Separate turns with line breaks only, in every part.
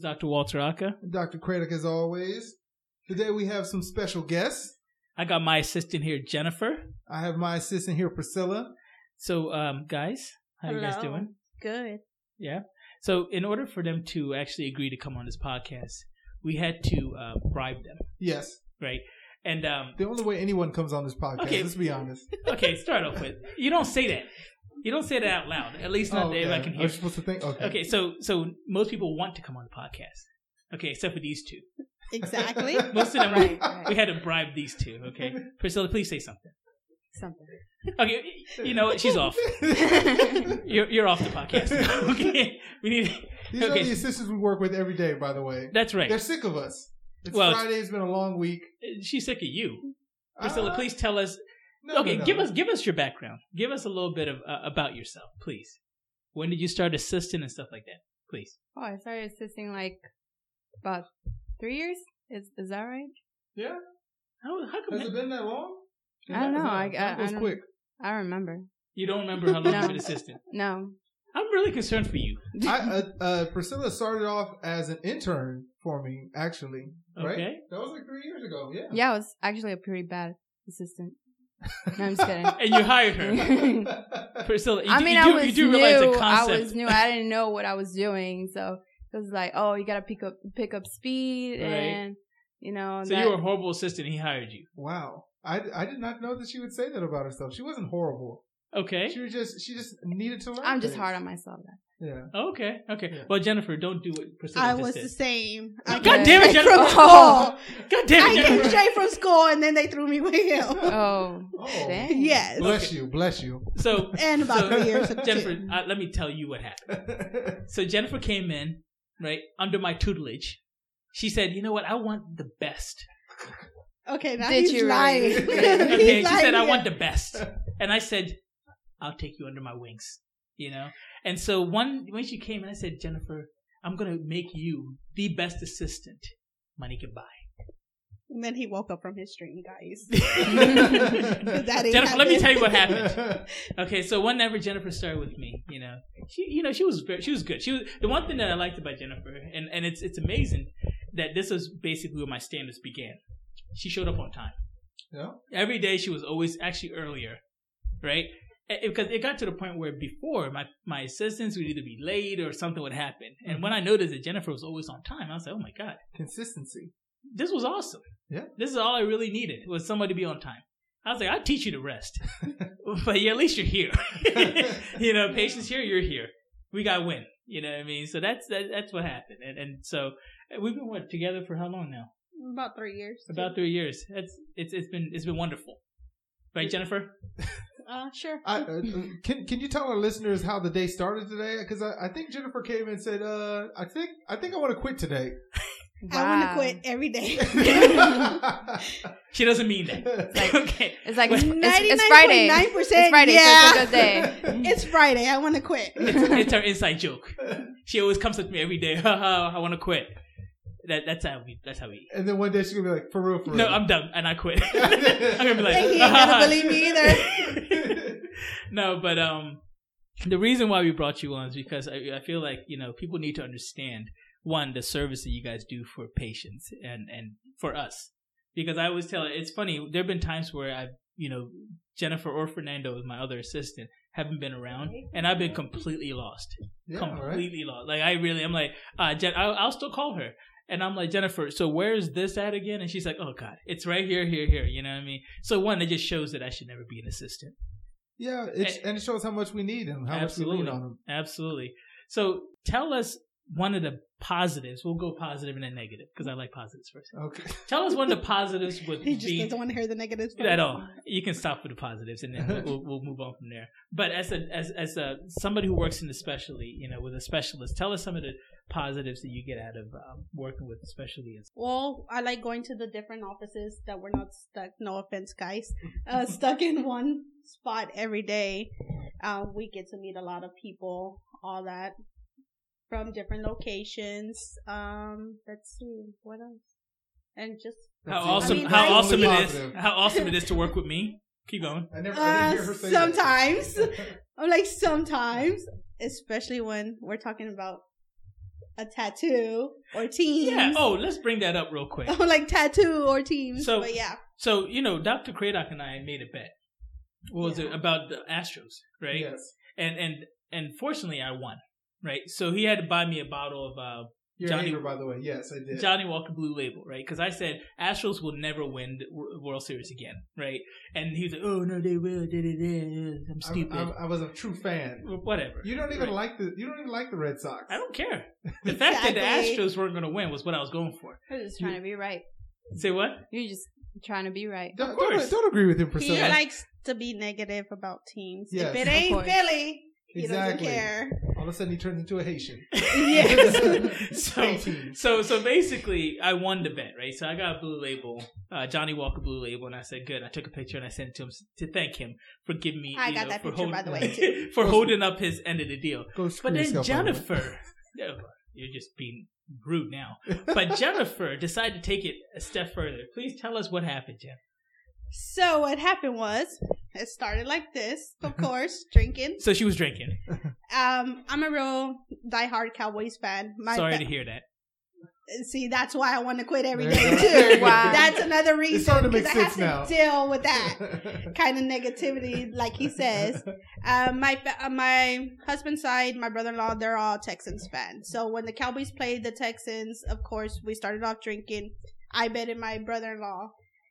Dr. Walter Aka.
And Dr. Craddock, as always. Today we have some special guests.
I got my assistant here, Jennifer.
I have my assistant here, Priscilla.
So, um, guys, how you guys
Hello.
doing?
Good.
Yeah. So, in order for them to actually agree to come on this podcast, we had to uh, bribe them,
Yes.
right? And um,
The only way anyone comes on this podcast,
Okay.
let's be honest.
okay, start off with you don't say that. You don't say that out loud. At least not
Oh,
that
okay.
everyone can
Are
hear.
you supposed to think? Okay.
Okay, so so most people want to come on the podcast. Okay, except for these two.
Exactly.
Most of them.
right,
We
right.
had to bribe these two. Okay, Priscilla, please say something.
Something.
Okay, you know what? She's off. You're you're off the podcast. okay, we need.
These
Okay.
are the assistants we work with every day, by the way.
That's right.
They're sick of us. It's
Well,
Friday. It's been a long week.
She's sick of you, Priscilla.
Uh,
please tell us.
no, no,
okay,
no.
give us give us your background. Give us a little bit of uh, about yourself, please. When did you start assisting and stuff like that? Please.
Oh, I started assisting like about three years. Is is that right?
Yeah.
How, how come
Has it been that long?
I don't know. I- I-
That was
I don't-
quick.
I don't remember.
you don't remember how long
No.
you've been assistant?
No.
I'm really concerned for you.
I, uh, uh, Priscilla started off as an intern for me, actually. Right?
Okay.
That was like three years ago. Yeah.
Yeah, I was actually a pretty bad assistant. No, I'm just kidding.
And you hired her,
I
Priscilla. You, do-
mean,
you
I
do,
was
you do
new.
realize the
I
concept.
was new. I didn't know what I was doing, so it was like, oh, you gotta pick up pick up speed,
Right.
and you know.
so
that-
you were a horrible assistant. He hired you.
Wow. I, I did not know that she would say that about herself. She wasn't horrible.
Okay.
She was just she just needed to learn.
I'm just
things.
hard on myself.
Yeah.
Okay. Okay.
Yeah.
Well, Jennifer, don't do what Priscilla
I
just
was
did.
the same.
God
I
Okay.
came
damn it,
straight
Jennifer!
From school.
God damn
I
it,
came
Jennifer!
straight from school, and then they threw me with him.
Oh,
Oh.
dang.
Yes,
Bless you. Bless you.
So,
and about
so,
three years.
Jennifer, uh, let me tell you what happened. So Jennifer came in, right, under my tutelage. She said, "You know what? I want the best."
Okay, now
Did
he's
you
lying.
really?
He's
Okay, she
lying
said, "I
here.
want the best," and I said, "I'll take you under my wings," you know. And so one when she came in, I said, "Jennifer, I'm gonna make you the best assistant money can buy."
And then he woke up from his dream, guys.
Jennifer,
That ain't
Jennifer, let me
happening.
tell you what happened. Okay, so whenever Jennifer started with me, you know, she, you know, she was very, she was good. She was the one thing that I liked about Jennifer, and and it's it's amazing that this was basically where my standards began. She showed up on time
Yeah.
every day. She was always actually earlier, right? Eh, eh, Because it got to the point where before my my assistants would either be late or something would happen, and when I noticed that Jennifer was always on time, I was like, oh my god,
Consistency.
this was awesome.
Yeah.
This is all I really needed was somebody to be on time. I was like, I'll teach you to rest. but yeah, at least you're here. you know, patients here, you're here. We got win. You know what I mean? So that's that, that's what happened. And and so uh, we've been what, together for how long now?
About three years.
About three years. That's it's it's been it's been wonderful. Right, Jennifer?
Uh, sure.
I, uh, can can you tell our listeners how the day started today? Because I, I think Jennifer came in and said, uh, "I think I think I want to quit today."
I want
Wow.
to quit every day.
She doesn't mean that. okay.
It's like
Wait.
it's, it's, it's Friday.
Nine
It's
percent.
Friday,
Yeah.
so it's a good day.
It's Friday. I want to quit.
It's, it's her inside joke. She always comes with me every day. Haha, I wanna quit. That that's how we that's how we eat.
and then one day she's gonna be like, "For real, for real."
No, I'm done and I quit. I'm gonna be like,
And he ain't gonna believe me either.
no, but um, the reason why we brought you on is because I, I feel like you know people need to understand one the service that you guys do for patients and and for us because I always tell it's funny there have been times where I've you know Jennifer or Fernando my other assistant haven't been around and I've been completely lost
Yeah, right?
completely lost like I really I'm like uh Jen I'll, I'll still call her and I'm like Jennifer so where is this at again and she's like oh god it's right here here here you know what I mean so one it just shows that I should never be an assistant
Yeah, it's, and it shows how much we need him, how much we
Absolutely.
lean on him.
Absolutely. So tell us one of the positives. We'll go positive and then negative because I like positives first.
Okay.
Tell us one of the positives with
He just
being
doesn't want to hear the negatives
at all. You can stop with the positives and then we'll- we'll, we'll move on from there. But as a as as a somebody who works in the specialty, you know, with a specialist, tell us some of the positives that you get out of um, working with specialty.
Well, I like going to the different offices that we're not stuck. No offense, guys, uh, stuck in one spot every day. Uh, we get to meet a lot of people, all that from different locations. Um, let's see what else, and just
How
That's it.
awesome!
I mean,
how
that's
awesome
Only
it is!
positive.
How awesome it is to work with me. Keep going.
I never, I
uh,
didn't hear her say that.
sometimes I'm like sometimes, especially when we're talking about a tattoo or teams.
Yeah. Oh, let's bring that up real quick.
like tattoo or teams.
So-
but yeah,
So you know, Dr. Kratok and I made a bet. What was
Yeah.
it about the Astros, right?
Yes.
And and and fortunately, I won. Right. So he had to buy me a bottle of uh,
You're
Johnny-
a hater, by the way. Yes, I did.
Johnny Walker Blue Label, right? Because I said Astros will never win the Wor- World Series again, right? And he was like, "Oh no, they will." da, da, da, da, I'm
I-
stupid.
I, I was a true fan.
Whatever.
You don't even
Right.
like the you don't even like the Red Sox.
I don't care. The fact that the
Exactly.
Astros weren't going to win was what I was going for.
You're just trying to be right.
Say what?
You're just trying to be right.
Don't,
Of
don't,
course.
don't agree with him, Priscilla.
he
Yes.
likes to be negative about teams.
Yes.
If
Of
it ain't
course.
Philly, he
Exactly.
doesn't care.
All of a sudden, he turns into a Haitian.
Yes. so,
Hey, team.
so, so basically, I won the bet, right? So I got a blue label, uh, Johnny Walker blue label, and I said, "Good." I took a picture and I sent it to him s- to thank him for giving me.
I
you
got
know,
that
for
picture,
hold-
by the way,
for holding up his end of the deal.
Go screw
But then
yourself, by the way.
Jennifer, Oh, you're just being rude now. But Jennifer decided to take it a step further. Please tell us what happened, Jen.
So what happened was, it started like this, of course, drinking.
So she was drinking.
Um, I'm a real diehard Cowboys fan. My
Sorry
fa-
to hear that.
See, that's why I want to quit every
There
day
you go.
too.
Wow.
That's another reason.
starting to make
'cause I have
sense now.
to deal with that kind of negativity, like he says. Um, my fa- uh, my husband's side, my brother-in-law, they're all Texans fans. So when the Cowboys played the Texans, of course, we started off drinking. I betted my brother-in-law.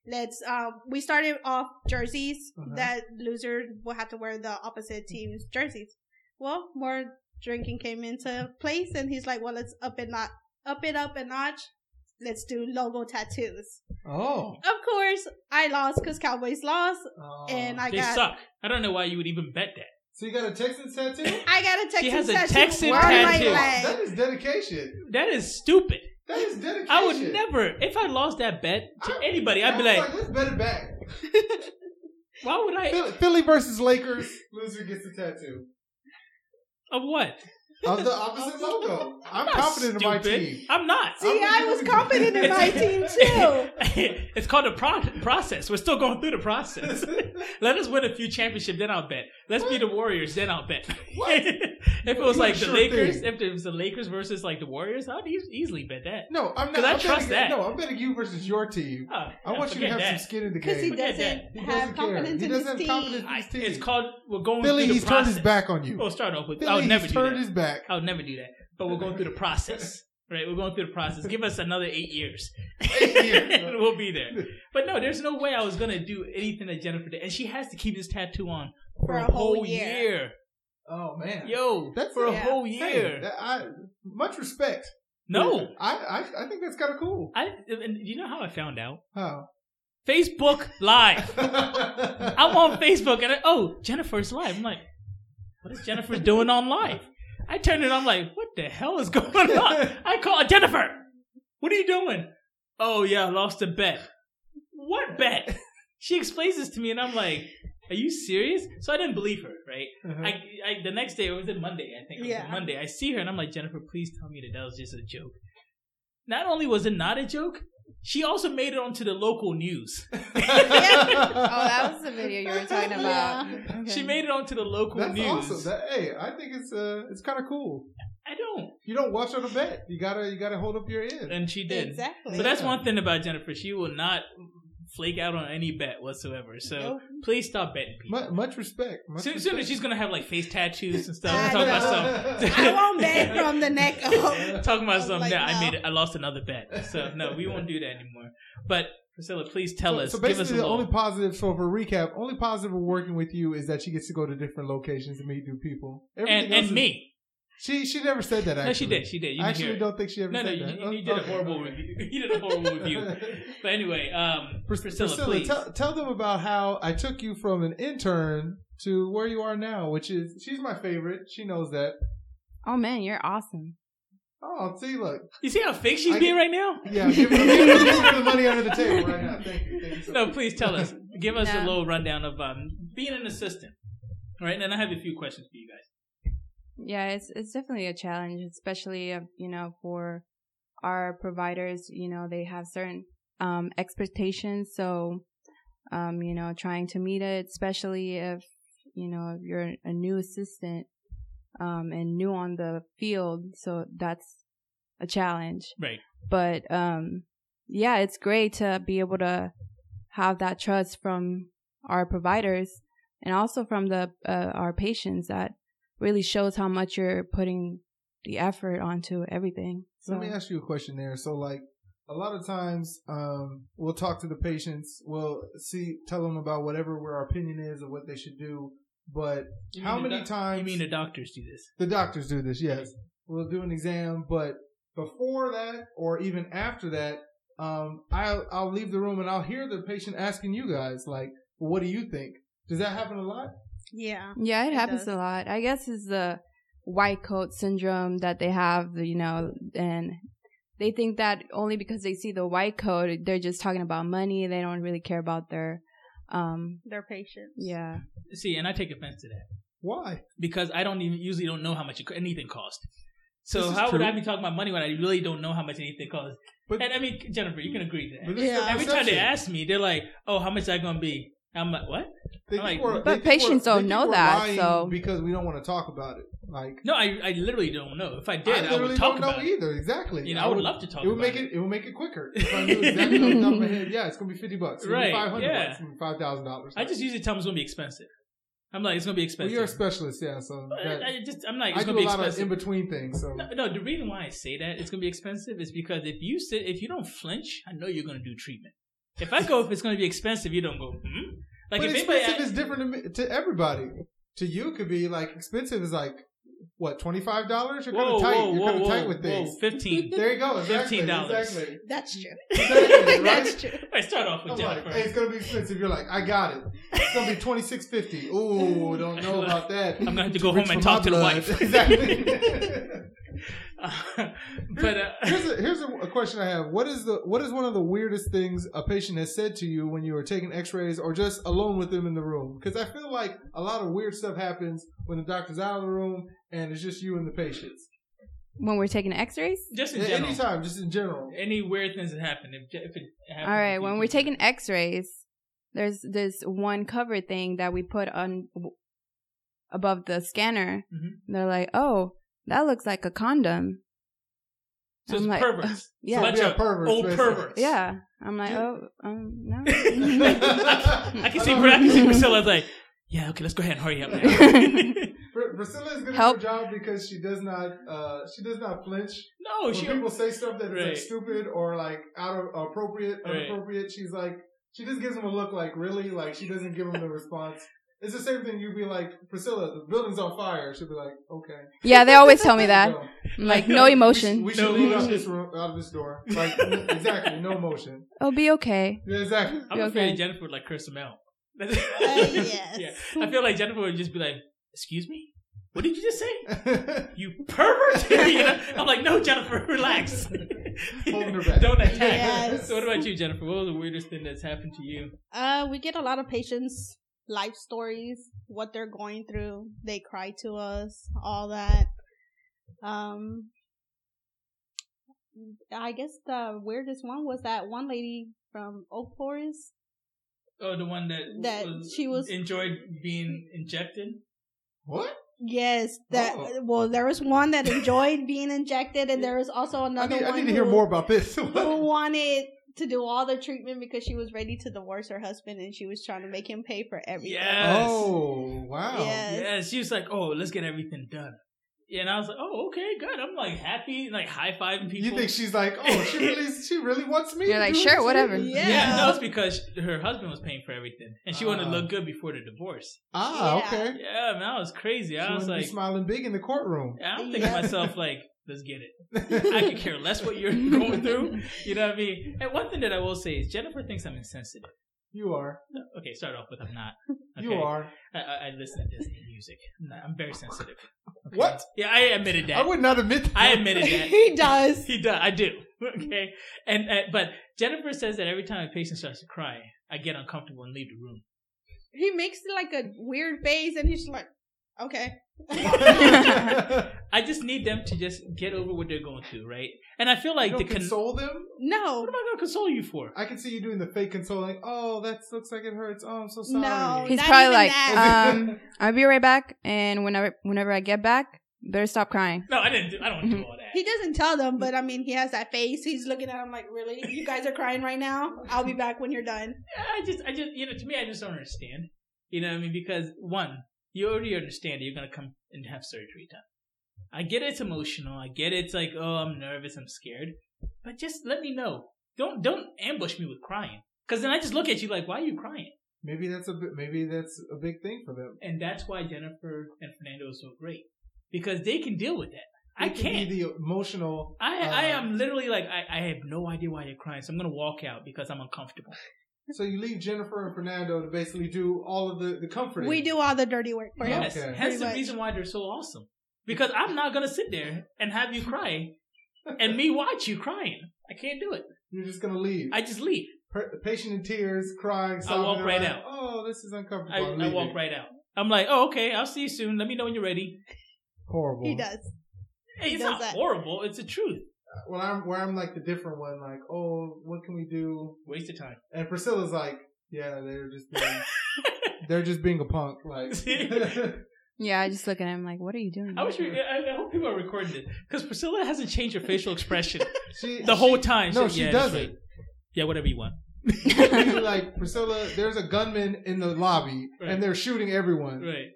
Let's. Um, we started off jerseys
Uh-huh.
that loser will have to wear the opposite team's jerseys. Well, more drinking came into place, and he's like, "Well, let's up it not up it up a notch. Let's do logo tattoos."
oh.
Of course, I lost because Cowboys lost,
Oh.
and I
Um, they
got
suck. I don't know why you would even bet that.
so you got a Texan tattoo?
I got a Texan
She has a
tattoo
Texan
on my
tattoo.
leg.
That is dedication.
That is stupid.
That is dedication.
I would never, if I lost that bet to
I-
anybody, I'd
I
be
was
like,
let's bet it back.
why would I?
Philly, Philly versus Lakers. Loser gets a tattoo
Of what?
of the opposite logo. I'm
Not
confident in my
stupid.
team.
I'm not.
See, I was confident in my team too.
it's called a pro- process. We're still going through the process. Let us win a few championships, then I'll bet. Let's be the Warriors, then I'll bet.
What?
if it was
You're
like the
sure
Lakers,
thing.
if it was the Lakers versus like the Warriors, I'd e- easily bet that.
No, I'm not.
'Cause I
I'm
trust
betting-
that.
No, I'm betting you versus your team.
Oh,
I want you to
forget
have
that.
some skin in the
Because he
game.
Forget
doesn't
He
have
doesn't care.
confidence
He
in
doesn't
his
have
team.
confidence.
I,
His team.
it's called we're going
Philly,
through the
he's turned
process.
his back on you.
Well, start off with
Philly,
Oh, I would never
he's
do
turned
that.
his back.
I would never do that. But we're going through the process, right? We're going through the process. Give us another eight years,
Eight years.
and we'll be there. But no, there's no way I was gonna do anything that Jennifer did, and she has to keep this tattoo on for, a whole, year.
Oh man,
yo,
That's-
for a
yeah.
whole
Hey,
year.
that- I, much respect.
no,
I, I, I think that's kind of cool.
I. And you know how I found out?
How?
Facebook Live.
I
I'm on Facebook, and I, oh, Jennifer's live. I'm like, what is Jennifer doing on live? I turned it on, like, what the hell is going on? I call Jennifer. What are you doing? Oh yeah, I lost a bet. What bet? She explains this to me, and I'm like, "Are you serious?" So I didn't believe her, right?
Uh-huh.
I, I the next day, or was it Monday? I think it was
Yeah.
Monday. I see her, and I'm like, "Jennifer, please tell me that that was just a joke." Not only was it not a joke, she also made it onto the local news.
Oh, that was the video you were talking about. Okay.
She made it onto the local
That's
news.
awesome. That, hey, I think it's uh, it's kind of cool.
I don't.
You don't watch on a bet. You gotta you gotta hold up your end.
And she did.
Exactly.
So that's one thing about Jennifer. She will not flake out on any bet whatsoever. So please stop betting people.
Mu- much respect. Much
Soon, soon
respect.
as she's gonna have like face tattoos and stuff.
I
talking about some,
I won't bet from the neck up.
talking about
I'm
some
like,
that I
no.
made. I lost another bet. So no, we won't do that anymore. But Priscilla, please tell
so,
us.
so
give
basically,
us a
the
little-
only positive. So for recap, only positive of working with you is that she gets to go to different locations and meet new people. Everything
and
else
and
is-
me.
She she never said that. Actually.
No, she did. She did. You
I
didn't hear
actually
it.
don't think she ever
No, no,
said
you,
that. Oh,
you- you did a
Okay.
horrible review. You did a horrible review. But anyway, um,
Pris-
Priscilla, please.
tell, tell them about how I took you from an intern to where you are now, which is she's my favorite. She knows that.
Oh man, you're awesome.
Oh, see, look,
you see how fake she's
I
being
get-
right now?
yeah, give her, give her- give her the money under the table right now. Thank you, thank you. So
No, please tell us. Give us a
No.
little rundown of um, being an assistant. All right, and then I have a few questions for you guys.
Yeah, it's it's definitely a challenge, especially uh, you know for our providers. You know they have certain um, expectations, so um, you know trying to meet it, especially if you know if you're a new assistant um, and new on the field. So that's a challenge.
Right.
But um, yeah, it's great to be able to have that trust from our providers and also from the uh, our patients. That really shows how much you're putting the effort onto everything. So
Let me ask you a question there. So, like, a lot of times, um, we'll talk to the patients. We'll see, tell them about whatever where our opinion is of what they should do. But
You
how
mean the
many
doc-
times?
You mean the doctors do this?
The doctors do this, yes. We'll do an exam, but before that or even after that, um, I'll, I'll leave the room and I'll hear the patient asking you guys, like, what do you think? Does that happen a lot?
Yeah.
Yeah, it,
It
happens
does.
a lot. I guess it's the white coat syndrome that they have, you know, and they think that only because they see the white coat, they're just talking about money. They don't really care about their, um,
Their patients.
yeah.
See, and I take offense to that
Why?
because I don't even usually don't know how much it, co- anything costs.
This
So
is
how would
true.
I be talking about money when I really don't know how much anything costs?
But-
and I mean, Jennifer, you can agree to
But
that.
this is
Yeah.
the
Every time they
perception.
ask me, they're like, "Oh, how much is that going to be?" I'm like, "What?"
They think
I'm like,
we're-
But
they think
patients
we're-
don't
they think
know
we're
that,
lying
so-
because we don't want to talk about it. Like,
No, I, I literally don't know. If I
I
did, I,
literally
would talk
don't know
about it.
either. Exactly.
You know, I would love to talk
It would
about
make
it.
it. It would make it quicker. If I knew exactly off the top of my head, yeah, it's gonna be fifty bucks.
Right,
Five hundred
yeah.
bucks. Five thousand dollars.
I just usually tell them it's going to be expensive. I'm like, it's going to be
Well,
expensive.
you're a specialist, yeah. So
But
that-
I, I just, I'm like,
I
it's
do
going
a
to be
lot of
expensive.
in between things. So
No, no, the reason why I say that it's gonna be expensive is because if you sit, if you don't flinch, I know you're gonna do treatment. If I go, if it's gonna be expensive, you don't go. Hmm? Like
but
if
expensive
anybody,
is different to, me, to everybody. To you, it could be like expensive is like what twenty five dollars. You're kind
whoa,
of tight.
whoa,
You're
whoa,
kind of tight
whoa,
with
whoa,
things.
fifteen.
There you go. Exactly,
$15.
Exactly.
That's true.
Exactly,
That's
right?
true.
I start off
I'm
with
like,
Jennifer.
hey, it's gonna be expensive. You're like, I got it. It's gonna be twenty six fifty. Ooh, don't know about that.
I'm gonna have to go
Rich
home and
for my
talk to the
blood.
wife.
exactly.
but uh,
here's a, here's a, a question I have. What is the what is one of the weirdest things a patient has said to you when you were taking X-rays or just alone with them in the room? Because I feel like a lot of weird stuff happens when the doctor's out of the room and it's just you and the patients.
When we're taking x rays?
just in
At
general,
any time, just in general.
any weird things that happen. If, if it happens,
All right.
if
When
you-
we're taking x rays, there's this one cover thing that we put on w- above the scanner.
Mhm.
Mm-hmm.
They're like, oh, that looks like a condom.
so it's
I'm like,
perverts.
yeah.
bunch
Yeah,
of
perverts,
old
basically.
perverts.
Yeah. I'm like,
Dude.
oh, um, no.
I can see,
I know.
I can see Priscilla's like, yeah, okay, let's go ahead and hurry up. Now.
Pr- Priscilla is good
Help.
at her job because she does not uh, she does not flinch
no,
when
Oh, she
people say stuff that's like
Right.
stupid or like out of appropriate,
Right.
inappropriate, she's like, she just gives them a look like really, like she doesn't give them the response. It's the same thing. You'd be like, Priscilla, the building's on fire. She'll be like, okay.
yeah, they always tell me that.
No. We
I'm like, no
should-
emotion.
We should,
No
leave out
motion.
this room, out of this door. Like n- exactly, no motion.
It'll Oh, be okay.
Yeah, exactly.
I'm
You're
afraid
okay.
Jennifer would like curse him out. uh,
yes.
I feel like Jennifer would just be like, "Excuse me, what did you just say?
That's
You pervert!" You know? I'm like, "No, Jennifer, relax.
Holding her back.
Don't attack."
Yes.
So, what about you, Jennifer? What was the weirdest thing that's happened to you?
Uh, we get a lot of patients' life stories, what they're going through. They cry to us, all that. Um, I guess the weirdest one was that one lady from Oak Forest.
Oh, the one that
That she was-
enjoyed being injected.
what?
Yes, that
Oh.
well, there was one that enjoyed being injected, and there was also
I
another
need,
one
I need
who,
to hear more about this.
who wanted to do all the treatment because she was ready to divorce her husband, and she was trying to make him pay for everything.
Yes.
oh wow.
Yeah. Yes.
Yeah, she was like, "Oh, let's get everything done." Yeah, and I was like, "Oh, okay, good." I'm like happy, like high fiving people.
You think she's like, oh, she really, she really wants me?
You're
to
like,
do
sure,
this?
whatever.
Yeah.
Yeah, no, it's because her husband was paying for everything, and she wanted to
Ah.
look good before the divorce.
Ah,
Yeah.
okay.
Yeah, man, I was crazy.
She
I was
wanted to be
like,
smiling big in the courtroom.
yeah, I'm thinking to
Yeah.
myself like, let's get it. I could care less what you're going through. You know what I mean? And one thing that I will say is Jennifer thinks I'm insensitive.
You are.
No, Okay, start off with I'm not. Okay.
You are.
I, I I listen to Disney music. I'm, not- I'm very sensitive. Okay?
What?
Yeah, I admitted that.
I would not admit that.
I admitted that.
he does.
He does. I do. Okay. And uh, but Jennifer says that every time a patient starts to cry, I get uncomfortable and leave the room.
He makes like a weird face, and he's like, okay.
I just need them to just get over what they're going through, right? And I feel
You
like
don't
the con-
console them.
What
No,
am I gonna console you for?
I can see you doing the fake consoling. Oh, that looks like it hurts. Oh, I'm so sorry.
no.
He's
not
probably
even
like,
that.
um, I'll be right back. And whenever, whenever I get back, Better stop crying.
No, I didn't. Do, I don't
Mm-hmm.
do all
He
that.
doesn't tell them, but I mean, he has that face. He's looking at him like, really? You guys are crying right now? I'll be back when you're done.
I just, I just, you know, to me, I just don't understand. You know what I mean? Because one, you already understand that you're gonna come and have surgery done. I get it's emotional. I get it's like, oh, I'm nervous, I'm scared. But just let me know. Don't, don't ambush me with crying. Because then I just look at you like, why are you crying?
Maybe that's a bi- maybe that's a big thing for them.
And that's why Jennifer and Fernando are so great because they can deal with that. I
It can
can't.
be the emotional.
I,
uh,
I am literally like I, I have no idea why you're crying, so I'm gonna walk out because I'm uncomfortable.
So you leave Jennifer and Fernando to basically do all of the the comforting.
We do all the dirty work for him.
Yes,
Okay.
hence
Pretty
the
much.
reason why they're so awesome. Because I'm not gonna sit there and have you cry, and me watch you crying. I can't do it.
You're just gonna leave.
I just leave.
Per- patient in tears, crying. sobbing,
walk
and
right
like,
out.
Oh, this is uncomfortable.
I,
I'm
I walk
leaving."
right out. I'm like, oh okay, I'll see you soon. Let me know when you're ready.
Horrible.
He does.
Hey,
He
it's
does
not
that.
horrible. It's the truth.
Well, I'm where I'm like the different one. Like, oh, what can we do?
Waste of time.
And Priscilla's like, yeah, they're just being, they're just being a punk. Like,
Yeah, I just look at him like, what are you doing?
I wish we, I, I hope people are recording this because Priscilla hasn't changed her facial expression
she
the whole time.
no,
She's
she
like, yeah, that's
doesn't.
right. Yeah, whatever you want.
Usually, like Priscilla, there's a gunman in the lobby,
Right.
and they're shooting everyone.
Right.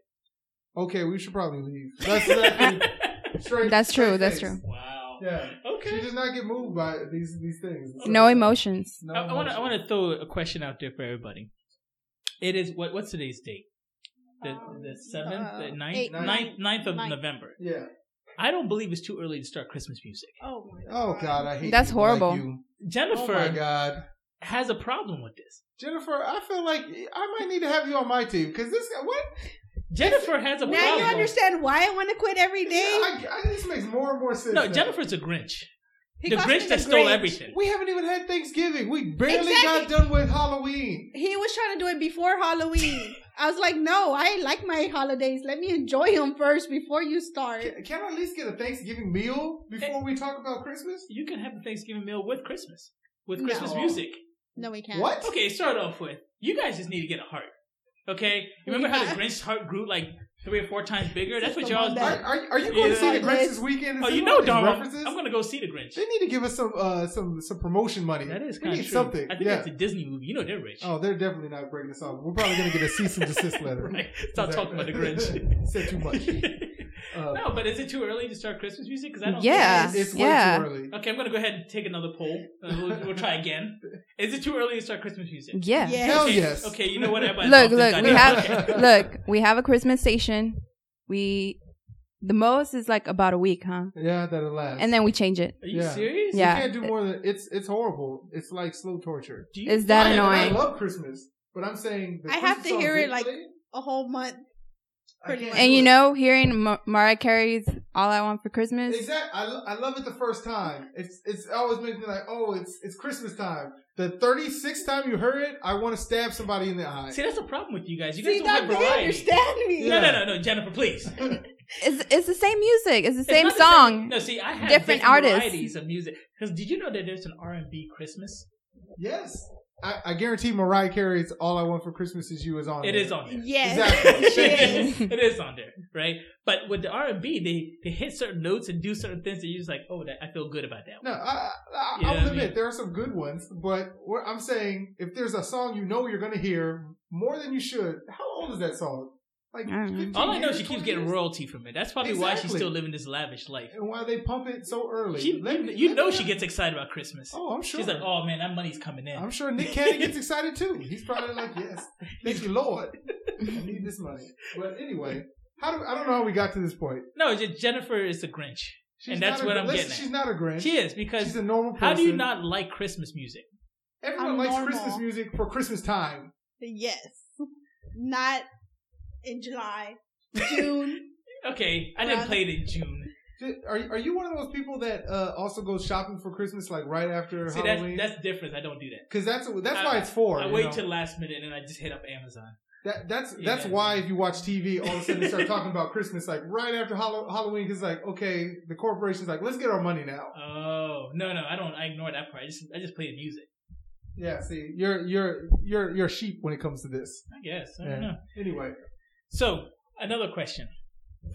Okay, we should probably leave. That's exactly straight.
That's true,
straight
that's
face.
true.
wow.
Yeah, she
Okay.
does not get moved by these these things.
No emotions.
No
I I want to. I
emotion.
want to throw a question out there for everybody. It is what? What's today's date? The
Um,
the seventh,
uh,
the ninth,
eight,
ninth, ninth of
ninth.
November.
Yeah.
I don't believe it's too early to start Christmas music.
Oh my
Oh God, I hate.
That's
people like
horrible.
you. Oh my
Jennifer
God.
has a problem with this.
Jennifer, I feel like I might need to have you on my team because this guy, what?
Jennifer has a
Now you
problem.
understand why I want to quit every day.
I, I, this makes more and more sense.
No,
now.
Jennifer's a Grinch.
He
the
calls me
Grinch
the
that stole
Grinch.
everything.
We haven't even had Thanksgiving. We barely got
Exactly.
done with Halloween.
He was trying to do it before Halloween. I was like, no, I like my holidays. Let me enjoy them first before you start.
Can, can I at least get a Thanksgiving meal before we talk about Christmas?
You can have a Thanksgiving meal with Christmas, with
No.
Christmas music.
No, we can't.
What?
Okay, start off with you guys just need to get a heart. Okay, remember how the Grinch heart grew like three or four times bigger? That's what y'all.
Come
Are,
on
are, are you going to see the
Yeah.
Grinch this weekend? and
Oh,
see
you
all
know,
these
Dara,
references?
I'm gonna go see the Grinch.
They need to give us some uh, some some promotion money.
That is
we
kind
need
of true.
something.
I think
yeah.
it's a Disney movie. You know they're rich.
Oh, they're definitely not breaking this off. We're probably gonna get a cease and desist letter.
right? Stop talking about the Grinch.
Grinch. Said too much. Uh,
no, but is it too early to start Christmas music? Because I don't.
Yeah.
Think it is.
It's way
Yeah.
too early.
Okay, I'm gonna go ahead and take another poll. Uh, we'll, we'll try again. Is it too early to start Christmas music?
Yeah.
Yeah.
Hell
Okay,
yes.
Okay, you know what? Everybody's
Look,
off this
look,
goddamn
we have-
podcast.
Look, we have a Christmas station. We, the most is like about a week, huh?
Yeah, that'll last.
And then we change it.
Are you
Yeah.
serious?
Yeah.
You can't do more than it's it's horrible. It's like slow torture.
Do you
Is that
find-
I-
annoying?
I love Christmas, but I'm saying the
I have
Christmas
to hear
songs
it, like,
they play,
A whole month.
I
pretty
can't
much.
do
And you
it.
know, hearing Ma- Mariah Carey's "All I Want for Christmas,"
Exact. I, lo- I love it the first time. It's it's always makes me like, oh, it's it's Christmas time. The thirty sixth time you heard it, I want to stab somebody in the eye.
See, that's the problem with you guys. You guys
See,
don't have
Doc, they
variety.
understand me.
No, no, no, no, Jennifer, please.
it's it's the same music, it's the
It's
same
not the
song.
No, see, I have different,
Different artists.
varieties of music. Because did you know that there's an R and B Christmas?
Yes, I, I guarantee Mariah Carey's "All I Want for Christmas Is You" is on.
It
there.
is on there.
Yes.
Exactly.
She is.
it is on there, right? But with the R and B, they they hit certain notes and do certain things that you're just like, oh, that I feel good about that.
No,
One.
I, I,
You know
I
what
will
I mean?
admit there are some good ones, but what I'm saying if there's a song you know you're gonna hear more than you should, how old is that song? Like,
I don't know.
15
All I know,
years,
she keeps
20
getting
years?
royalty from it. That's probably why she's
Exactly.
still living this lavish life.
And why they pump it so early?
She,
Let
you,
me-
you
let
know
me-
she gets excited about Christmas.
Oh, I'm sure.
She's like, oh man, that money's coming in.
I'm sure Nick Cannon gets excited too. He's probably like, yes, thank you, Lord. I need this money. But anyway, how do I don't know how we got to this point.
No, it's just Jennifer is a Grinch.
She's
And that's
not a-
what I'm
listen,
getting at.
She's not a Grinch.
She is because
She's a normal person.
how do you not like Christmas music?
Everyone
I'm
likes
normal.
Christmas music for Christmas time.
Yes. Not in July. June.
Okay, I didn't
Well,
play it in June.
Are are you one of those people that uh, also goes shopping for Christmas like right after
See, that's
Halloween?
that's different. I don't do that.
because that's that's
I-
why it's for.
I
you
wait
know?
till last minute and I just hit up Amazon.
that, that's that's
Yeah.
why if you watch TV, all of a sudden they start talking about Christmas like right after Hall- Halloween because like okay, the corporation's like let's get our money now.
Oh no, no, I don't. I ignore that part. I just I just play the music.
Yeah, see, you're you're you're you're a sheep when it comes to this.
I guess I
Yeah.
don't know.
Anyway,
So another question: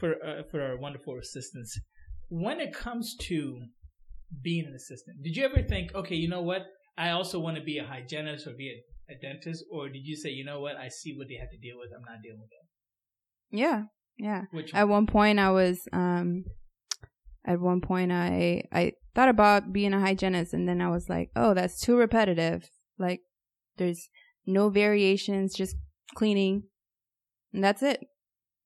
for uh, for our wonderful assistants. When it comes to being an assistant, did you ever think, okay, you know what? I also want to be a hygienist or be a, a dentist, or did you say, you know what? I see what they have to deal with. I'm not dealing with that.
Yeah. Yeah.
Which
At one point I was um at one point I I thought about being a hygienist and then I was like, "Oh, that's too repetitive. Like there's no variations, just cleaning. And that's it.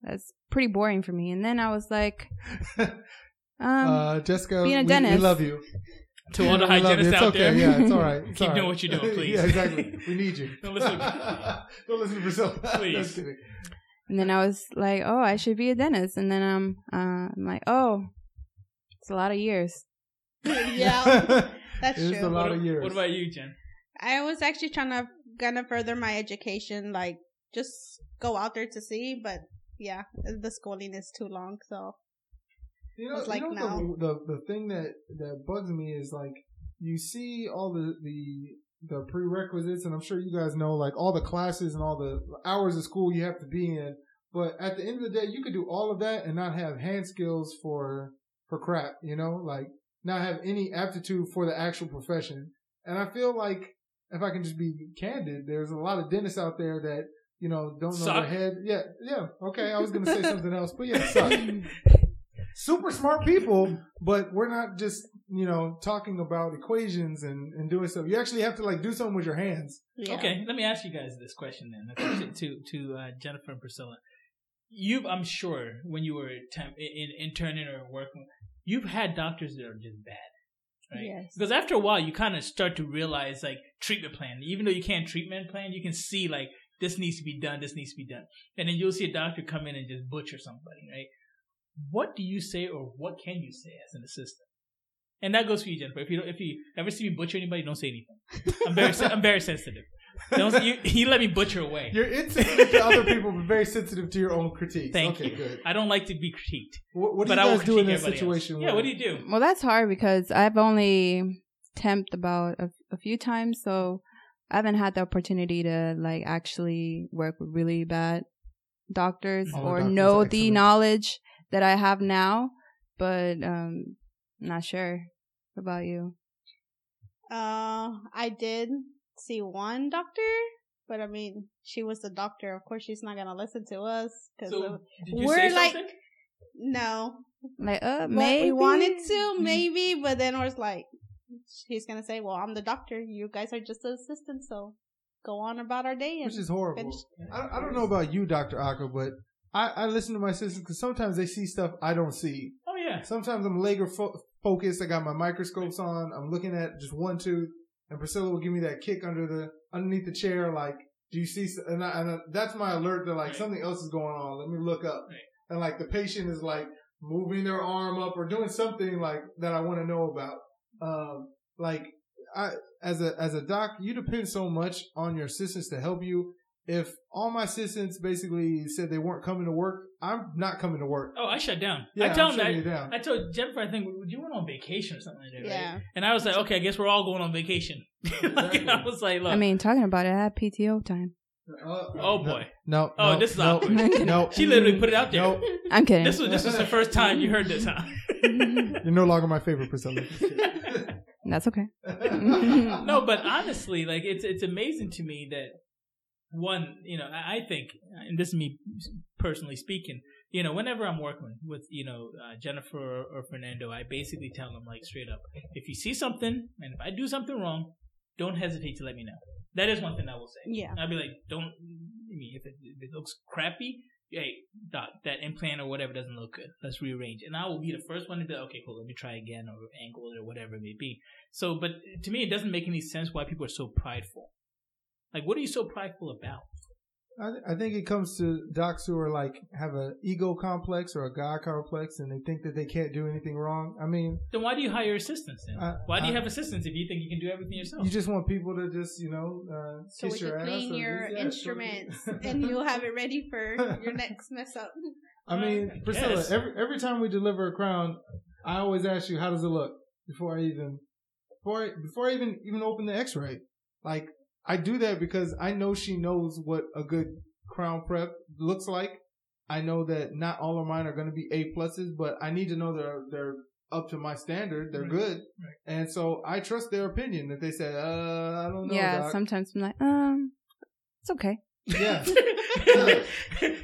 That's pretty boring for me." And then I was like um
uh, Jessica,
being a
we- We,
dentist.
love you.
to all
We love
the
you.
hygienists
It's
out
okay.
there,
Yeah, it's all right. It's
Keep
all
doing
right.
what you're doing, please.
yeah, exactly. We need you.
Don't listen.
Don't listen to Priscilla. No, I'm
Please.
kidding.
and then I was like, "Oh, I should be a dentist." And then I'm uh, I'm like, "Oh, it's a lot of years."
yeah, that's
It is a
true.
lot
what,
of years.
what about you, Jen?
I was actually trying to gonna further my education, like just go out there to see, but yeah, the schooling is too long. So
You know,
was like,
you know the, the the thing that that bugs me is like you see all the the the prerequisites, and I'm sure you guys know like all the classes and all the hours of school you have to be in. But at the end of the day, you could do all of that and not have hand skills for for crap. You know, like not have any aptitude for the actual profession. And I feel like if I can just be candid, there's a lot of dentists out there that you know don't know
Suck.
their head. Yeah, yeah. Okay, I was gonna say something else, but yeah, suck super smart people, but we're not just, you know, talking about equations and, and doing stuff. You actually have to like do something with your hands.
yeah.
Okay, let me ask you guys this question then okay, to to to, uh, Jennifer and Priscilla. You, I'm sure, when you were temp- in, in interning or working, you've had doctors that are just bad, right?
Yes.
Because after a while, you kind of start to realize like treatment plan. Even though you can't treatment plan, you can see like this needs to be done, this needs to be done, and then you'll see a doctor come in and just butcher somebody, right? What do you say, or what can you say as an assistant? And that goes for you, Jennifer. If you don't, if you ever see me butcher anybody, don't say anything. I'm very, sen- I'm very sensitive. Don't you, you let me butcher away.
You're insensitive to other people, but very sensitive to your own critiques.
Thank
okay,
you.
good.
I don't like to be critiqued,
What, what do
but
you
I will
guys do
critique
in this
everybody
situation?
else. Yeah,
where-
what do you do?
Well, that's hard because I've only temped about a, a few times, so I haven't had the opportunity to like actually work with really bad doctors
Oh,
or
doctors,
know the
excellent.
knowledge that I have now. But um, not sure What about you.
Uh, I did see one doctor, but I mean, she was the doctor. Of course, she's not gonna listen to us because
So, did you
we're
say
like-
something?
no,
Like, uh,
But
maybe mm,
we wanted
Mm-hmm.
to Mm. maybe, but then I was like, she's gonna say, "Well, I'm the doctor. You guys are just the assistants, so go on about our day." And
Which is horrible.
finish-
I, I don't know about you, Dr. Aka, but I, I listen to my sisters because sometimes they see stuff I don't see.
Oh yeah.
Sometimes I'm laser fo- focused. I got my microscopes on. I'm looking at just one tooth, and Priscilla will give me that kick under the underneath the chair. Like, do you see? s- And, I, and I, that's my alert that like
Right.
something else is going on. Let me look up.
Right.
And like the patient is like moving their arm up or doing something like that I want to know about. Um, like I as a as a doc, you depend so much on your assistants to help you. If all my assistants basically said they weren't coming to work, I'm not coming to work.
Oh, I shut down.
Yeah,
I tell
I'm
them that.
shutting you down.
I told Jennifer, I think, "Would you went on vacation or something like that, right?
Yeah.
And I was like, okay, I guess we're all going on vacation. like, I was like, look.
I mean, talking about it, I had PTO time.
Uh,
oh boy.
No.
Oh,
no,
this is
no,
awkward.
no.
She literally put it out there.
Nope.
I'm kidding.
This was this was the first time you heard this, huh?
You're no longer my favorite Priscilla.
That's okay.
no, but honestly, like it's it's amazing to me that one, you know, I, I think, and this is me personally speaking, you know, whenever I'm working with you know uh, Jennifer or, or Fernando, I basically tell them like straight up, if you see something and if I do something wrong, don't hesitate to let me know. That is one thing I will say.
Yeah.
I'd be like, don't. I mean, if it, if it looks crappy, hey, doc, that implant or whatever doesn't look good. Let's rearrange. And I will be the first one to be like, okay, cool, let me try again or angle it or whatever it may be. So, but to me, it doesn't make any sense why people are so prideful. Like, what are you so prideful about?
I, I think it comes to docs who are like have a ego complex or a god complex, and they think that they can't do anything wrong. I mean,
Then why do you hire assistants then?
I-
why do you
I-
have assistants if you think you can do everything yourself?
you just want people to just you know uh,
So
kiss
we
your
can
ass.
clean
or
your
this, that, so-
instruments, and you'll have it ready for your next mess up.
I mean,
I
Priscilla,
guess.
every every time we deliver a crown, I always ask you, how does it look before I even before I, before I even even open the X-ray. Like I do that because I know she knows what a good crown prep looks like, I know that not all of mine are going to be A pluses, but I need to know they're they're up to my standard. They're
Right.
good,
Right.
and so I trust their opinion. If they say, "Uh, I don't know,"
yeah,
doc.
sometimes I'm like, um, it's okay.
yeah,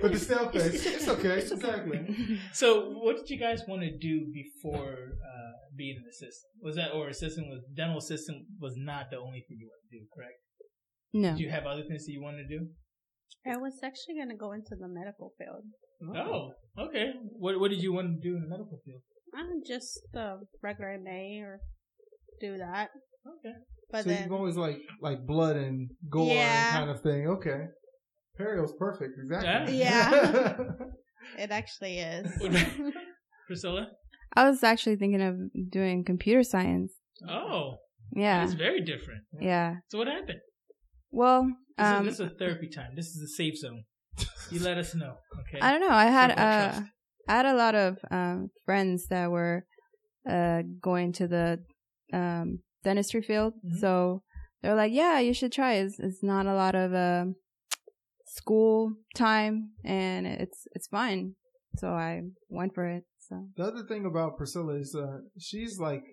with the stale face, it's okay, exactly.
So, what did you guys want to do before uh, being an assistant? Was that or assistant was dental assistant was not the only thing you wanted to do, correct?
no.
Did you have other things that you wanted to do?
I was actually gonna go into the medical field.
Oh, okay. What What did you want to do in the medical field?
I'm just a regular MA or do that.
Okay.
But
so
then
you've always like like blood and gore
Yeah.
and kind of thing. Okay, Perio's perfect, exactly.
Yeah. it actually is.
Priscilla.
I was actually thinking of doing computer science.
Oh,
Yeah.
it's very different.
Yeah.
So, what happened?
Well,
This,
um,
is, this is a therapy time. This is a safe zone. You let us know, okay?
I don't know. I had
Simple
uh,
trust.
I had a lot of um, friends that were uh, going to the um, dentistry field,
Mhm.
so they're like, "Yeah, you should try." It's, it's not a lot of uh, school time, and it's it's fine. So I went for it. So
The other thing about Priscilla is uh, she's like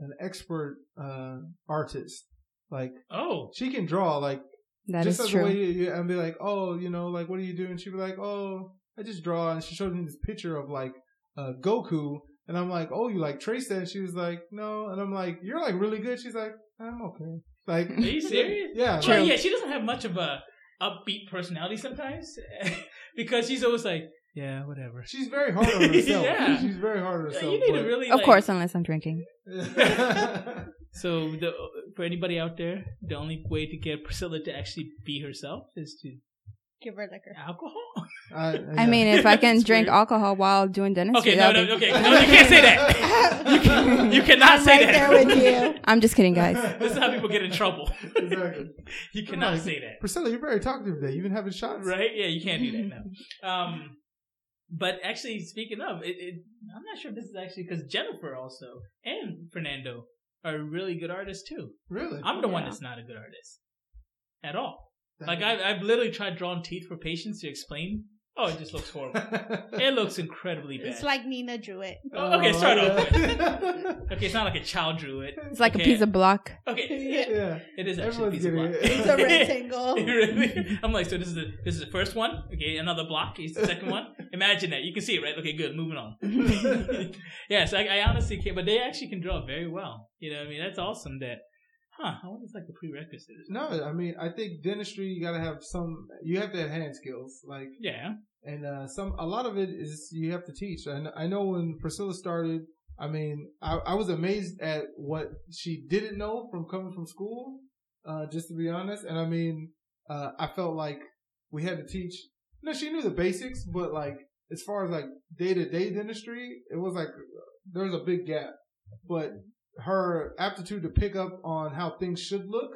an expert uh, artist. Like
Oh,
she can draw. Like
that is
just as the
true.
way you, you and be like, oh, you know, like what are you doing? She'd be like, oh, I just draw. And she showed me this picture of like uh, Goku, and I'm like, oh, you like trace that? And she was like, no. And I'm like, you're like really good. She's like, I'm okay. Like,
are you serious?
yeah,
Well, yeah, she doesn't have much of a upbeat personality sometimes because she's always like, yeah, whatever.
she's very hard on herself.
Yeah.
She's very hard on
Yeah,
herself.
Uh, you need to
but-
really,
of
like-
course, unless I'm drinking.
So, the, for anybody out there, the only way to get Priscilla to actually be herself is to
Give her liquor.
alcohol.
I,
I mean, if I can
That's
drink
weird.
alcohol while doing dentistry,
Okay, no,
that'd
no,
be-
okay, no, you can't say that. You, can, you cannot
I'm
say
right
that.
there with you.
I'm just kidding, guys.
This is how people get in trouble.
Exactly.
You cannot say that.
Priscilla, you're very talkative today. You've been having shots.
Right? Yeah, you can't do that now. Um, but actually, speaking of, it, it, I'm not sure if this is actually because Jennifer also and Fernando are really good artists too.
Really?
I'm the one
Yeah.
that's not a good artist at all. Like I, I've literally tried drawing teeth for patients to explain. Oh, it just looks horrible. it looks incredibly bad.
It's like Nina drew it.
Oh, okay, start off.
yeah.
Okay, it's not like a child drew it.
It's like a
Okay.
piece of block.
Okay, yeah,
yeah.
it is actually
Everyone's
a piece of
getting
block.
it.
It's a rectangle.
It really- I'm like, so this is the this is the first one. Okay, another block. Here's the second one. Imagine that. You can see it, right? Okay, good. Moving on. yes, I, I honestly can't. But they actually can draw very well. You know, what I mean, that's awesome. That, huh? I wonder if it's like a prerequisite. or something.
No, I mean, I think dentistry, you gotta have some, you have to have hand skills. Like,
Yeah.
and uh, some, a lot of it is you have to teach. And I know when Priscilla started, I mean, I, I was amazed at what she didn't know from coming from school, uh, just to be honest. And I mean, uh, I felt like we had to teach. No, she knew the basics, but like, as far as like day to day dentistry, it was like, there was a big gap. But her aptitude to pick up on how things should look,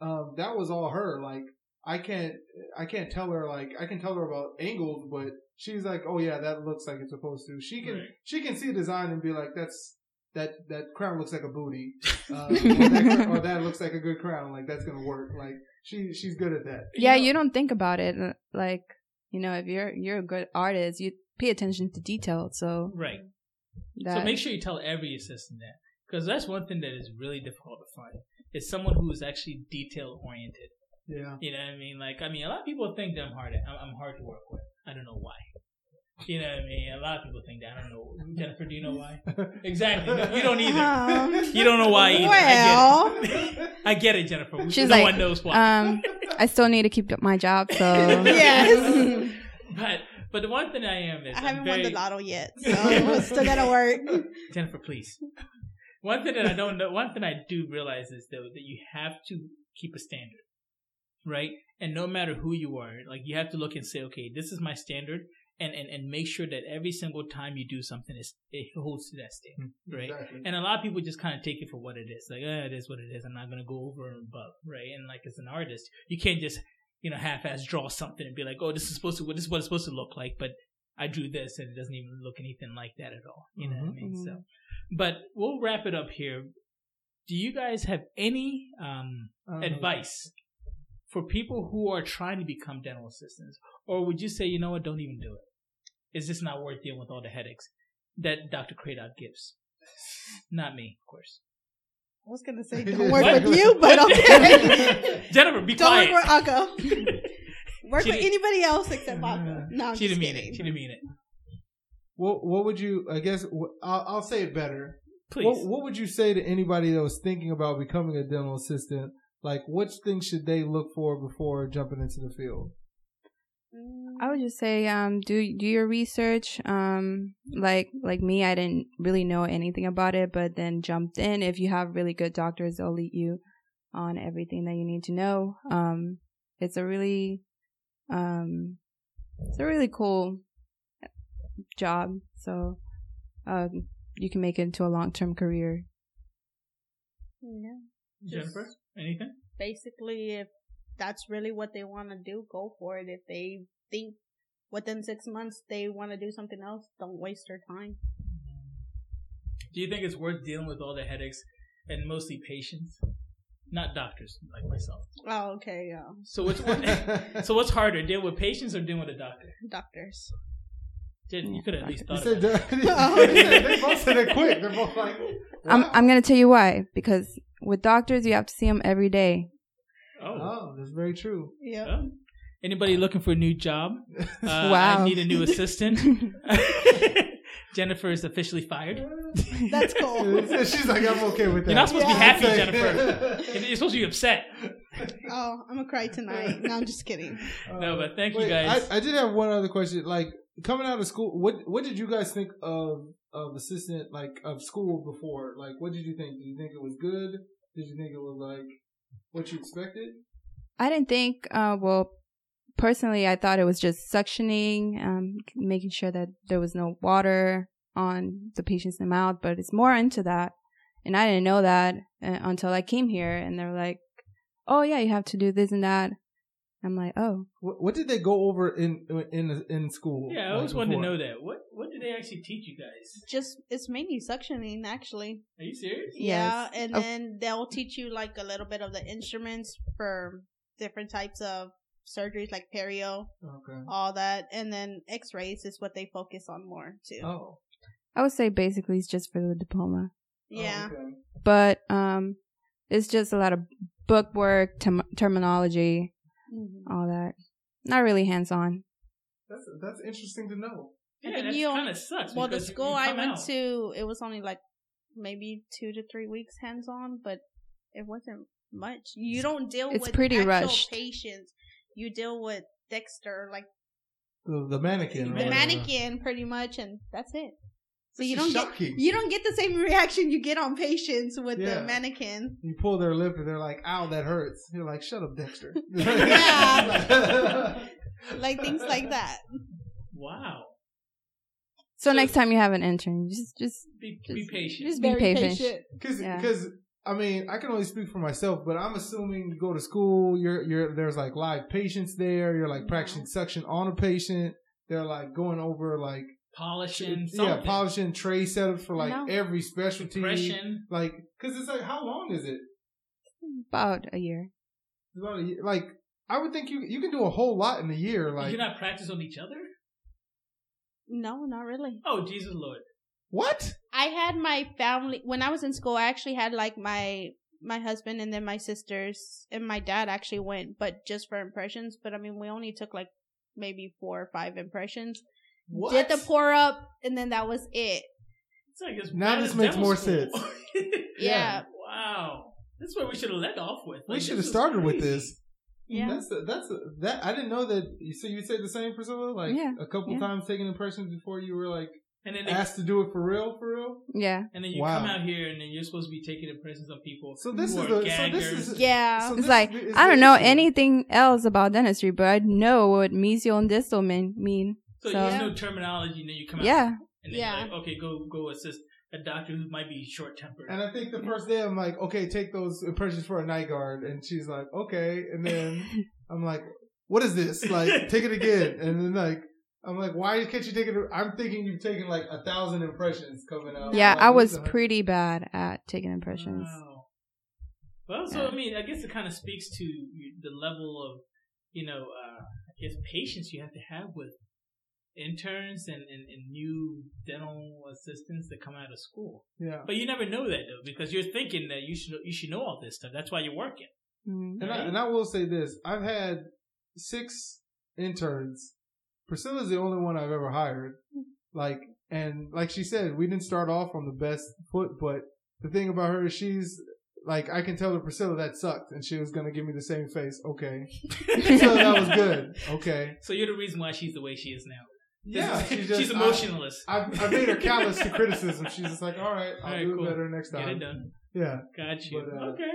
um, that was all her. Like, I can't, I can't tell her like, I can tell her about angles, but she's like, oh yeah, that looks like it's supposed to. She can,
Right.
she can see design and be like, that's that that crown looks like a booty, uh, or, that, or that looks like a good crown. Like that's gonna work. Like she she's good at that.
yeah
know-
you don't think about it uh, like you know if you're you're a good artist you pay attention to detail so
Right.
that
So make sure you tell every assistant that because that's one thing that is really difficult to find is someone who is actually detail oriented.
Yeah.
You know what I mean? Like, I mean, a lot of people think that I'm hard. I'm, I'm hard to work with. I don't know why. You know what I mean? A lot of people think that. I don't know. Jennifer, do you know why? Exactly. No, you don't either.
Um,
You don't know why either. I
well, uh,
get it. I get it, Jennifer. We-
She's
no
like,
one knows why.
um i still need to keep up my job so
yes.
but but the one thing I am is
I
I'm
haven't
very,
won the lotto yet, so it's still gonna work.
Jennifer, please. One thing that I don't know, one thing I do realize is though that you have to keep a standard, right? And no matter who you are, like you have to look and say, okay, this is my standard, and and, and make sure that every single time you do something, it's, it holds to that standard,
Mm-hmm.
right?
Exactly.
And a lot of people just kind of take it for what it is, like, eh, it is what it is. I'm not gonna go over and above, right? And like as an artist, you can't just you know half-ass draw something and be like, oh, this is supposed to, this is what it's supposed to look like, but I drew this and it doesn't even look anything like that at all. You know what I
Mhm.
mean?
Mhm.
So, but we'll wrap it up here. Do you guys have any um,
I don't know.
advice for people who are trying to become dental assistants, or would you say, you know what, don't even do it? It's just not worth dealing with all the headaches that Dr. Kratot gives. Not me, of course.
I was gonna say don't work with you, but okay.
Jennifer, be
don't work
quiet.
with Akko. Work
She
with
didn't- Uh,
anybody else except Akko. No, I'm
She didn't
just
mean
kidding.
it. She didn't mean it.
What What would you? I guess wh- I'll, I'll say it better.
Please.
What, what would you say to anybody that was thinking about becoming a dental assistant? Like, which things should they look for before jumping into the field?
Mm.
I would just say, um, do do your research. Um, like like me, I didn't really know anything about it, but then jumped in. If you have really good doctors, they'll lead you on everything that you need to know. Um, it's a really, um, it's a really cool job. So, um, you can make it into a long term career.
Yeah.
Jennifer, anything?
basically if that's really what they want to do go for it if they think within six months they want to do something else don't waste their time
Do you think it's worth dealing with all the headaches and mostly patients? Not doctors like myself.
oh okay yeah
So what's what, so what's harder, dealing with patients or dealing with a doctor?
doctors
Jen, you could at least
You
thought
said
about it.
that- they said- they both said it quick. They're both like,
I'm
wow.
I'm gonna tell you why because with doctors you have to see them every day.
Oh.
Oh, that's very true.
yeah
Oh. Anybody looking for a new job? Uh, I
Wow.
need a new assistant. Jennifer is officially fired.
that's cool
So She's like, I'm okay with that.
You're not supposed
to be
happy,
It's
Jennifer. You're supposed to be upset.
oh i'm gonna cry tonight no i'm just kidding
No, but thank you
Wait,
guys.
I, I did have one other question. Like coming out of school, what what did you guys think of of assistant like of school before? Like, what did you think? Did you think it was good? Did you think it was like what you expected?
I didn't think. Uh, well, personally, I thought it was just suctioning, um, making sure that there was no water on the patient's mouth. But it's more into that, and I didn't know that uh, until I came here, and they were like, "Oh yeah, you have to do this and that." I'm like, "Oh,
What, what did they go over in in in school?
yeah, I always wanted to know that. What What did they actually teach you guys?
just it's mainly suctioning actually
Are you serious?
yeah
Yes.
and
Oh.
then they'll teach you like a little bit of the instruments for different types of surgeries like
that.
perio
Oh, Okay.
all that and then x-rays is what they focus on more too
Oh.
I would say basically it's just for the diploma."
yeah
Oh, okay.
but um, it's just a lot of book work, term- terminology,
Mhm.
all that. Not really hands on.
That's that's interesting to know.
I
Yeah,
think
that
you-
kind of sucks.
Well, the
because you
school I
come
went
out-
to, it was only like maybe two to three weeks hands on, but it wasn't much. You don't deal
it's
with
pretty
actual
rushed.
patients. You deal with Dexter, like
The, the mannequin.
the
Right.
mannequin, pretty much, and that's it. So
This
you
is
don't
shocking.
get you don't get the same reaction you get on patients with
Yeah.
the mannequin.
You pull their lip and they're like, "Ow, that hurts." You're like, "Shut up, Dexter."
Yeah. Like things like that.
Wow.
So next time you have an intern, just just
Be, be patient.
just be patient.
Because
Yeah.
because I mean I can only speak for myself, but I'm assuming you go to school. You're you're there's like live patients there. You're
Mm-hmm.
like practicing suction on a patient. They're like going over like
Polishing.
yeah
Something.
polishing tray setups for like
No.
every specialty.
Depression.
Like because it's like how long is it?
About a year.
It's about a year- Like I would think you you can do a whole lot in a year.
you
Like
not practice on each other?
No, not really.
Oh, Jesus Lord.
what?
I had my family when I was in school. I actually had like my my husband and then my sisters and my dad actually went, but just for impressions. But I mean, we only took like maybe four or five impressions.
What?
Did the pour up, and then that was it.
It's like it's
Now
bad
this
as
makes
dental
more
school.
Yeah,
wow. That's what we should have led off with.
we
Like,
should have
this is
started with
crazy.
this.
yeah.
That's a, that's a, that. I didn't know that. So you say the same, Priscilla? Like
Yeah.
a couple
Yeah.
times taking impressions before you were like
And then, they,
asked to do it for real, for real.
Yeah.
and then you
Wow.
come out here, and then you're supposed to be taking the presence of people.
So this
who
is
are
the so this
gaggers.
is
Yeah.
so
It's
this
like
is- is
I
the
don't know
issue.
anything else about dentistry, but I know what mesial and distal mean. mean.
So,
So-
you know terminology, and then you come out.
Yeah.
And then
Yeah.
you're like, okay, go go assist a doctor who might be short tempered.
And I think the first day I'm like, okay, take those impressions for a night guard, and she's like, okay, and then I'm like, what is this? Like, take it again, and then like. I'm like, why can't you take it? I'm thinking you've taken like a thousand impressions coming out.
Yeah,
Like,
I was
what the-
pretty bad at taking impressions.
Wow. Well, so
Yeah.
I mean, I guess it kind of speaks to you- the level of, you know, uh, I guess patience you have to have with interns and, and, and new dental assistants that come out of school.
Yeah.
But you never know that though, because you're thinking that you should you should know all this stuff. That's why you're working.
Mhm.
And I, and I will say this: I've had six interns. Priscilla's the only one I've ever hired. Like, and like she said, we didn't start off on the best foot, but the thing about her is she's like, I can tell that Priscilla that sucked, and she was gonna give me the same face. Okay, Priscilla, that was good. Okay,
So you're the reason why she's the way she is now.
yeah,
she's,
she just,
she's
I-
emotionless.
I, I made her callous to criticism. She's just like, all right, I'll
All right,
do
cool.
it better next
Get it
time.
done.
Yeah.
Got you.
But, uh,
okay.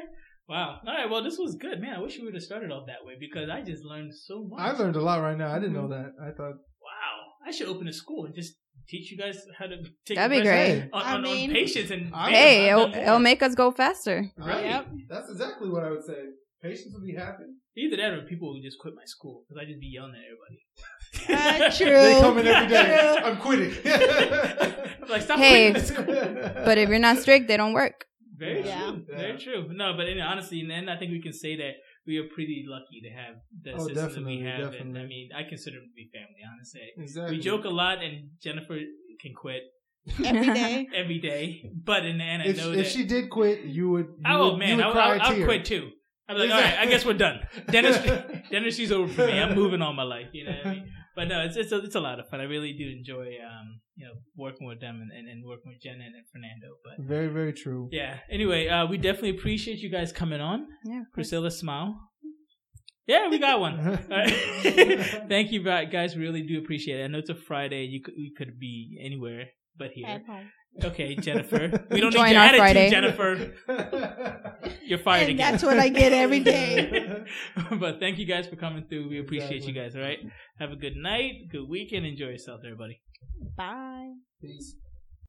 Wow. All right. Well, this was good, man. I wish we would have started off that way because I just learned so much.
I learned a lot right now. I didn't know that. I thought,
Wow. I should open a school and just teach you guys how to take.
That'd be
pressure
great.
On,
I
on,
mean-
on patients and
I-
man,
hey,
I've
it'll,
done more.
it'll make us go faster.
Right.
Yep.
That's exactly what I would say. Patients would be happy.
Either that or people who just quit my school because I just be yelling at everybody.
Uh, true.
They come in every day.
True.
I'm quitting.
I'm like, stop
Hey.
quitting the school.
But if you're not strict, they don't work.
Very
Yeah.
true.
Yeah.
Very true. No, but in, honestly, and then I think we can say that we are pretty lucky to have the
Oh,
system that
definitely,
we have. And
definitely.
I mean, I consider it to be family, honestly.
exactly.
We joke a lot, and Jennifer can quit
Every day.
every day. But in the end, I
if,
know
if
that.
she did quit, you would. You
oh,
would, you
man,
would
I,
cry
I,
a
I'll
tear.
quit too. I'm like, all right, I guess we're done. Dentistry, dentistry's over for me. I'm moving on my life, you know what I mean? But no, it's, it's, a, it's a lot of fun. I really do enjoy, um, you know, working with them and, and, and working with Jenna and Fernando. But
Very, very true.
yeah. Anyway, uh, we definitely appreciate you guys coming on.
Yeah, of course.
Priscilla, smile. Yeah, we got one. All right. Thank you bu- guys. Really do appreciate it. I know it's a Friday. You could, you could be anywhere but here.
At home.
Okay, Jennifer. We don't
Join
need your
our
attitude,
Friday.
Jennifer. You're fired
And
again.
that's what I get every day.
but thank you guys for coming through. We appreciate
Exactly.
you guys. All right. Have a good night, good weekend. Enjoy yourself, everybody.
Bye.
Peace.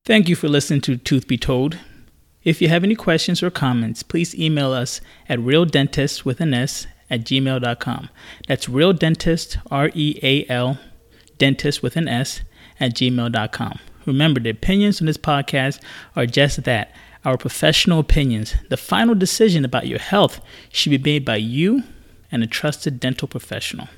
Thank you for listening to Tooth Be Told. If you have any questions or comments, please email us at realdentist with an S at gmail.com. That's real dentist, R E A L, dentist with an S at gmail.com. Remember, the opinions on this podcast are just that our professional opinions. The final decision about your health should be made by you and a trusted dental professional.